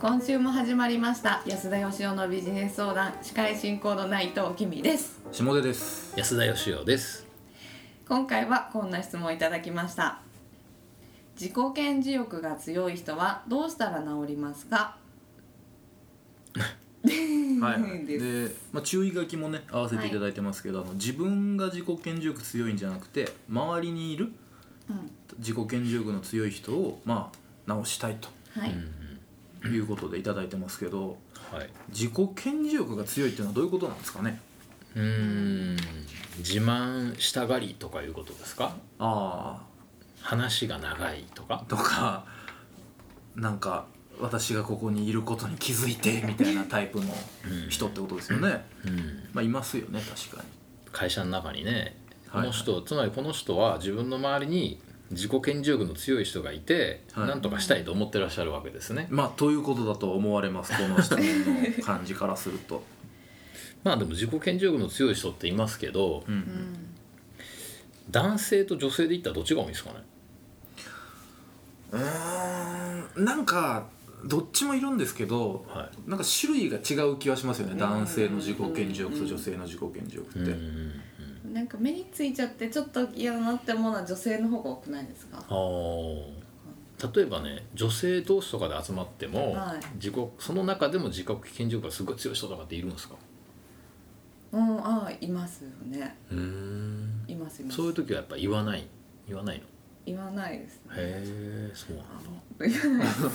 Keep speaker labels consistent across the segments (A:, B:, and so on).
A: 今週も始まりました安田義雄のビジネス相談司会進行の内藤君です
B: 下出です
C: 安田義雄です
A: 今回はこんな質問をいただきました自己顕示欲が強い人はどうしたら治りますか
B: はい、
A: です
B: で、まあ、注意書きもね合わせていただいてますけど、あの自分が自己顕示欲強いんじゃなくて周りにいる
A: うん
B: 自己顕示欲の強い人をまあ直したい
A: はい、
B: ということでいただいてますけど
C: はい
B: 自己顕示欲が強いっていうのはどういうことなんですかね
C: うーん自慢したがりとかいうことですか
B: あ
C: 話が長いとか
B: あとかなんか私がここにいることに気づいてみたいなタイプの人ってことですよね、
C: うん
B: まあいますよね確かに
C: 会社の中にねこ
B: はい
C: の人、つまりこの人は自分の周りに自己顕示欲の強い人がいて、
B: はい
C: なんとかしたいと思ってらっしゃるわけですね、
B: まあということだと思われますこの質問の感じからすると
C: まあでも自己顕示欲の強い人っていますけど、
B: うん
A: うん、
C: 男性と女性で言ったらどっちが多いんですかね
B: うーんなんかどっちもいるんですけど
C: は
B: なんか種類が違う気はしますよね
A: ん
B: 男性の自己顕示欲と女性の自己顕示欲
C: い
B: って、
C: うん
A: なんか目についちゃってちょっと嫌だなって思うのは女性の方が多くないですか
C: あー例えばね女性同士とかで集まっても、
A: はい
C: 自己その中でも自己顕示欲がすごい強い人とかっているんですか
A: うんああいますよね
C: うん
A: いますいます
C: そういう時はやっぱ言わない言わないの
A: 言わないですね
C: へえそうなんだ
A: あの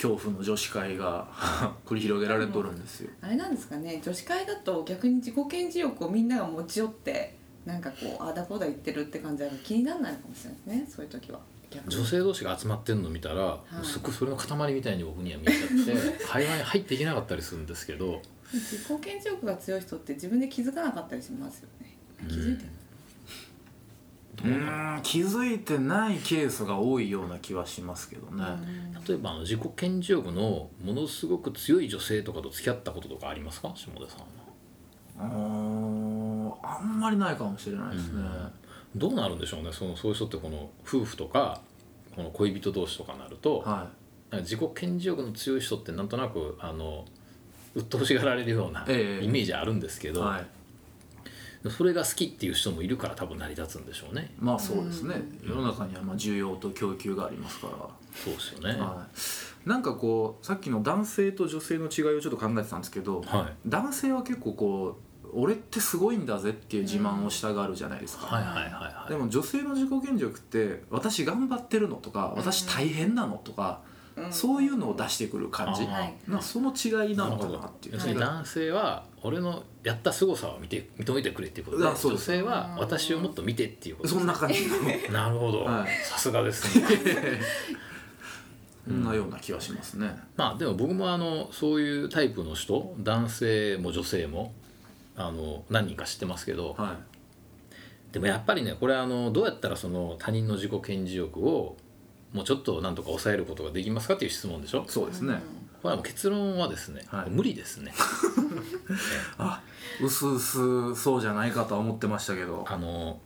B: 恐怖の女子会が 繰り広げられとるんですよ
A: あれなんですかね女子会だと逆に自己顕示欲をみんなが持ち寄ってなんかこうああだこうだ言ってるって感じだから気にならないのかもしれないですねそういう時は逆に
C: 女性同士が集まってるの見たら、
A: い
C: すっごいそれの塊みたいに僕には見えちゃって会話に入っていけなかったりするんですけど
A: 自己顕示欲が強い人って自分で気づかなかったりしますよね気づいてない
B: ーん気づいてないケースが多いような気はしますけどね、
A: うん
C: 例えばあの自己顕示欲のものすごく強い女性とかと付き合ったこととかありますか下田さんは
B: あーあんまりないかもしれないですね、
C: どうなるんでしょうねそのそういう人ってこの夫婦とかこの恋人同士とかになると、
B: は
C: なんか自己顕示欲の強い人ってなんとなくあの鬱陶しがられるようなイ
B: ええ
C: メージあるんですけ
B: い
C: ど、
B: はい
C: それが好きっていう人もいるから多分成り立つんでしょうね
B: まあそうですね
A: う
B: 世の中にはまあ需要と供給がありますから
C: そうですよねは
B: はい、なんかこうさっきの男性と女性の違いをちょっと考えてたんですけど、
C: いはい
B: 男性は結構こう俺ってすごいんだぜっていう自慢をしたがるじゃないですか、
C: はいはいはい
B: でも女性の自己顕示欲って私頑張ってるのとか
A: うん
B: 私大変なのとか、
A: ん
B: そういうのを出してくる感じ、
C: あ
A: はい
B: なその違いなの
C: なるほ
B: か
C: ど
B: なっていう
C: 要するに
B: 違い
C: 男性は俺のやった凄さを見て認めてくれっていうことで
B: あそう
C: 女
B: です
C: 性は私をもっと見てっていうこと
B: そんな感じの
C: なるほど、
B: はい
C: さす がですね
B: そんなような気がしますね、
C: まあでも僕もあのそういうタイプの人男性も女性もあの何人か知ってますけど、
B: はい
C: でもやっぱりねこれあのどうやったらその他人の自己顕示欲をもうちょっとなんとか抑えることができますかっていう質問でしょ
B: そうですね、
C: これはもう結論はですね、
B: はい
C: 無理です ね
B: あうすうすそうじゃないかとは思ってましたけど
C: あの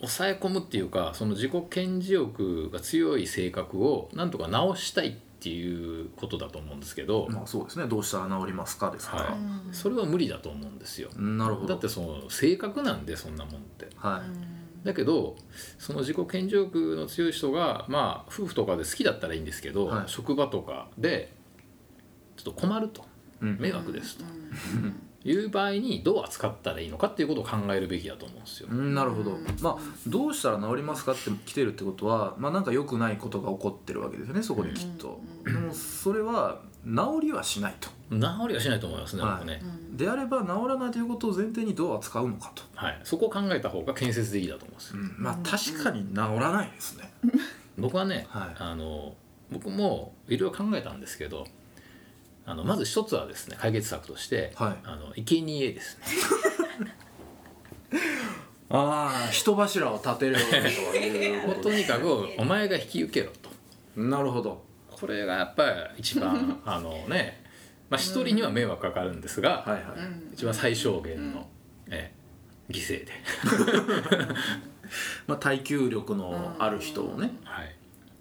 C: 抑え込むっていうかその自己顕示欲が強い性格をなんとか直したいっていうことだと思うんですけど、
B: まあそうですねどうしたら治りますかですから、
C: は
A: うん
C: それは無理だと思うんですよ
B: なるほ
C: だ
B: ど
C: ってその性格なんでそんなもんって
B: は
A: う
B: い、
A: ん
C: だけどその自己顕示欲の強い人がまあ夫婦とかで好きだったらいいんですけど、
B: はい
C: 職場とかでちょっと困ると
B: うん
C: 迷惑ですと
A: うんうん
C: いう場合にどう扱ったらいいのかっていうことを考えるべきだと思うんですよ。
B: うんなるほど
A: うん、
B: まあ、どうしたら治りますかって来てるってことは、まあ、なんか良くないことが起こってるわけですよねそ こできっと、
A: うん
B: でもそれは治りはしないと
C: 治りはしないと思いますね、
B: はい
C: 僕ね
A: うん
B: であれば治らないということを前提にどう扱うのかと、
C: はい、そこを考えた方が建設的だと思うんで
B: う
C: すよ。
B: ん、まあ確かに治らないですね、
C: 僕はね、
B: はい
C: あの僕もいろいろ考えたんですけどあのまず一つはですね解決策として、
B: はい
C: あの生贄ですね。
B: ああ人柱を立てるようなというこ
C: もう
B: と
C: と
B: で
C: にかくお前が引き受けろと。
B: なるほど
C: これがやっぱり一番 あのねまあ一人には迷惑かかるんですが、
B: はいはい、
A: うん
C: 一番最小限の、ええ犠牲で、
B: まあ、耐久力のある人をね
C: はい、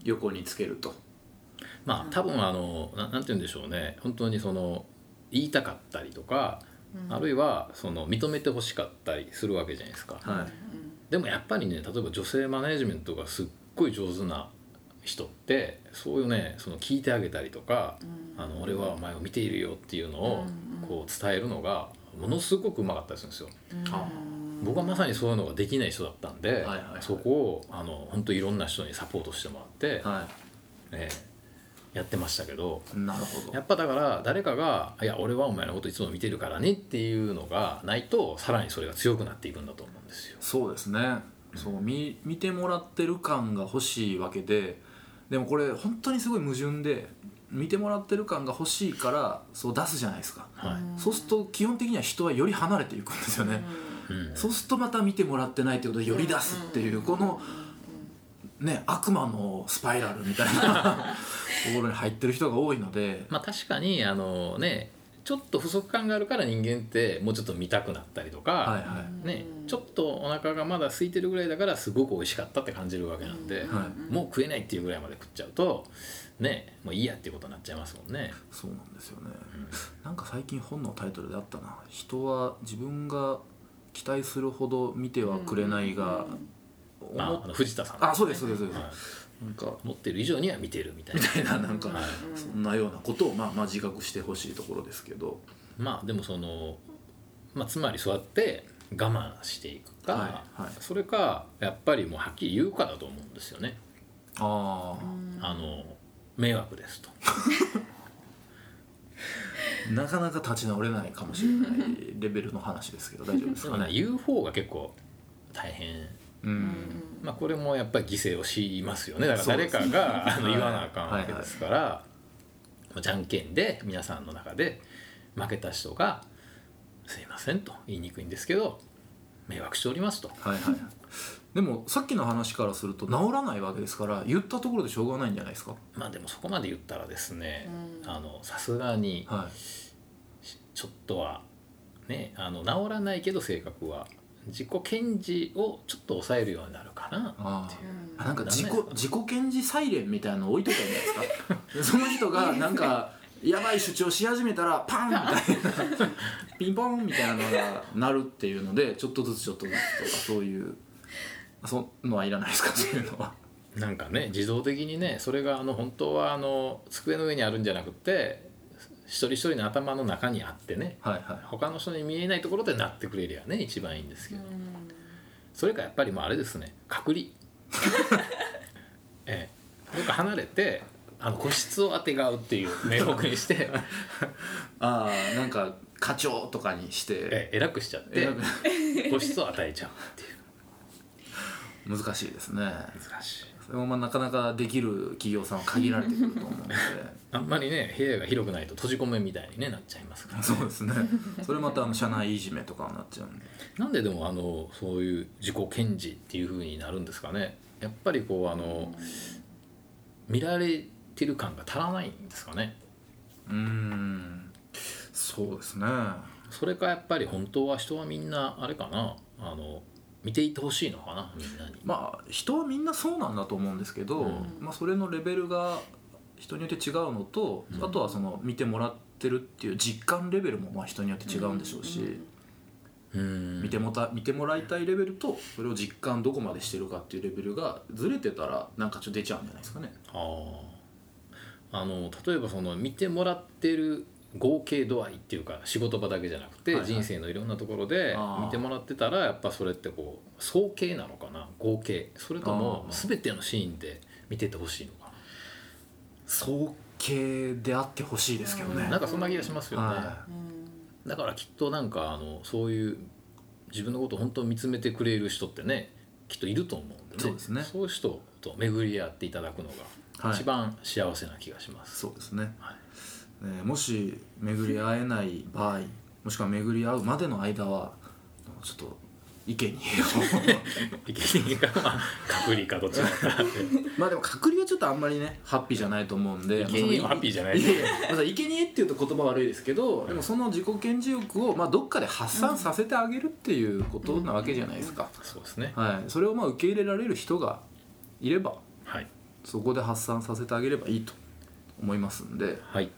B: 横につけると
A: う
C: まあ
A: ん
C: 多分あのななんて言うんでしょうね本当にその言いたかったりとか、ある
A: い
C: いはその認めてほしかったりするわけじゃないですか、
B: はは
C: でもやっぱりね例えば女性マネジメントがすっごい上手な人ってそういうねその聞いてあげたりとか、あの俺はお前を見ているよっていうのを
A: うんうん
C: こう伝えるのがものすごくうまかったりするんですよ。
B: あ
C: 僕はまさにそういうのができない人だったんで、
B: いはいはい
C: そこをあの本当いろんな人にサポートしてもらって、
B: は
C: ええやってましたけど
B: いなるほ
C: や
B: ど
C: っぱだから誰かが「いや俺はお前のこといつも見てるからね」っていうのがないとさらにそれが強くなっていくんだと思うんですよ。
B: そうですねそう見見てもらってる感が欲しいわけででもこれ本当にすごい矛盾で見てもらってる感が欲しいからそう出すじゃないですか
C: はい
B: そうすると基本的には人はより離れていくんですよね、
C: うん
B: そうするとまた見てもらってないってことでより出すっていう、このね悪魔のスパイラルみたいな ところに入ってる人が多いので、
C: まあ、確かにあのねちょっと不足感があるから人間ってもうちょっと見たくなったりとか、
B: はいはい
C: ね、ちょっとお腹がまだ空いてるぐらいだからすごく美味しかったって感じるわけなんで、
B: んは
C: もう食えないっていうぐらいまで食っちゃうとねもういいやっていうことになっちゃいますもんね。
B: そうなんですよね、なんか最近本のタイトルであったな人は自分が期待するほど見てはくれないが、思っ
C: まあ、あの藤田さん
B: あそうですそうですそうです、
C: はい
B: なんか
C: 持ってる以上には見てるみたいな
B: みたいななんか、
C: はい
B: そんなようなことをまあまあ自覚してほしいところですけど
C: まあでもその、まあ、つまりそうやって我慢していくか、
B: はいはい
C: それかやっぱりもうはっきり言うかだと思うんですよね。
B: ああ、
C: あの迷惑ですと
B: なかなか立ち直れないかもしれないレベルの話ですけ ど大丈夫です
C: で
B: か
C: もね
B: ね。
C: 言う方が結構大変、
B: うん
C: まあ、これもやっぱり犠牲をしますよねだから
B: そうで
C: 誰
B: す
C: かがあの
B: はい
C: 言わなあかんわけですから、まあじゃんけんで皆さんの中で負けた人が「すいません」と言いにくいんですけど「迷惑しております」と。
B: はいはいでもさっきの話からすると治らないわけですから言ったところでしょうがないんじゃないですか。
C: まあでもそこまで言ったらですね
A: うん
C: あのさすがに
B: はい、
C: ちょっとはねあの治らないけど性格は自己検事をちょっと抑えるようになるかな
B: あーあなんか
C: ダメ
B: 自己自己検事サイレンみたいなの置いといたんじゃないですか でその人がなんかやばい主張し始めたらパンみたいな ピンポンみたいなのが鳴るっていうのでちょっとずつちょっとずつとかそういうそんのはいらないですかそういうのは。
C: なんかね自動的にねそれがあの本当はあの机の上にあるんじゃなくて一人一人の頭の中にあってね
B: はいはい
C: 他の人に見えないところでなってくれりゃね一番いいんですけど、それかやっぱりもうあれですね隔離 ええどっか離れてあの個室をあてがうっていう名目に して、
B: ああなんか課長とかにして
C: ええ、偉くしちゃって
B: 選ぶ
C: 個室を与えちゃうっていう
B: 難しいですね
C: 難しい
B: それもまあなかなかできる企業さんは限られてくると思う ので
C: あんまりね部屋が広くないと閉じ込めみたいに、ね、なっちゃいますから
B: そうですねそれまたあの社内いじめとかになっちゃうんで
C: なんででもあのそういう自己検事っていう風になるんですかねやっぱりこうあの見られてる感が足らないんですかね
B: うーんそうですね
C: それかやっぱり本当は人はみんなあれかなあの見ていてほしいのかなみんなに。
B: まあ人はみんなそうなんだと思うんですけど、
C: うん
B: まあ、それのレベルが人によって違うのと、
C: うん
B: あとはその見てもらってるっていう実感レベルもまあ人によって違うんでしょうし、
C: うん
B: 見てもた見てもらいたいレベルとそれを実感どこまでしてるかっていうレベルがずれてたらなんかちょっと出ちゃうんじゃないですかね
C: あーあの例えばその見てもらってる合計度合いっていうか仕事場だけじゃなくて
B: はいはい
C: 人生のいろんなところで
B: あー
C: 見てもらってたらやっぱそれってこう総計なのかな合計それとも
B: あー
C: 全てのシーンで見ててほしいのか
B: 総計であってほしいですけどね
C: ななんかそんな気がしますよね、
B: は
C: だからきっとなんかあのそういう自分のことを本当に見つめてくれる人ってねきっといると思うんで,、
B: そうですね
C: そういう人と巡り合っていただくの
B: は
C: が
B: い
C: 一番幸せな気がします。
B: そうですね、
C: はい
B: えーもし巡り会えない場合もしくは巡り会うまでの間はちょっと意見に
C: ピケニがまあ隔離かどっち も
B: まあでも隔離はちょっとあんまりねハッピーじゃないと思うんで
C: 生贄はハッピーじゃない
B: いやいやまあ、いけにえっていうと言葉悪いですけどでもその自己顕示欲を、まあ、どっかで発散させてあげるっていうことなわけじゃないですか、
C: そうですね
B: はい、それをまあ受け入れられる人がいれば
C: はい
B: そこで発散させてあげればいいと思いますんで、
C: はい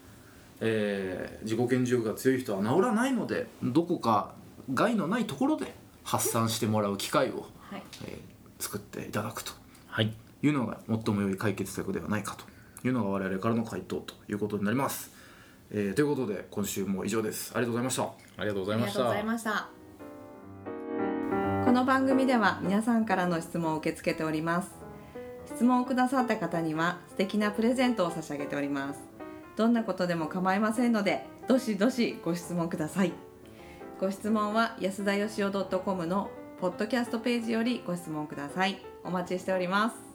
B: えー自己顕示欲が強い人は治らないのでどこか害のないところで発散してもらう機会を、
A: はい
B: えー作っていただくと
C: はい
B: いうのが最も良い解決策ではないかというのが我々からの回答ということになります、えーということで今週も以上ですありがとうございました
C: ありがとうござ
A: あ
C: い
A: り
C: ま
A: が
C: し
A: とうござ
C: た
A: いましたこの番組では皆さんからの質問を受け付けております質問をくださった方には素敵なプレゼントを差し上げておりますどんなことでも構いませんのでどしどしご質問くださいご質問は安田よしお .com のポッドキャストページよりご質問くださいお待ちしております